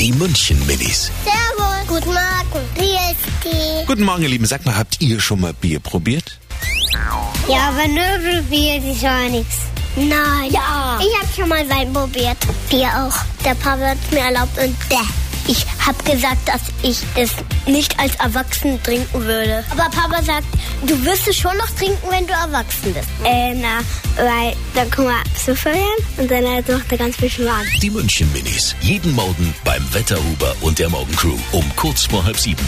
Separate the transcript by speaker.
Speaker 1: Die München Minis.
Speaker 2: Servus. Guten Morgen. Wie ist die?
Speaker 1: Guten Morgen, ihr Lieben. Sagt mal, habt ihr schon mal Bier probiert?
Speaker 2: Ja, aber nur probiert ist ja nichts. Nein. Ja. Ich habe schon mal Wein probiert. Bier auch. Der Papa hat mir erlaubt und bäh. Ich habe gesagt, dass ich es nicht als Erwachsene trinken würde. Aber Papa sagt, du wirst es schon noch trinken, wenn du erwachsen bist. Äh, na, weil dann kommen wir zu werden und dann halt macht er ganz viel Schmarrn.
Speaker 1: Die München Minis. Jeden Morgen beim Wetterhuber und der Morgencrew um kurz vor halb sieben.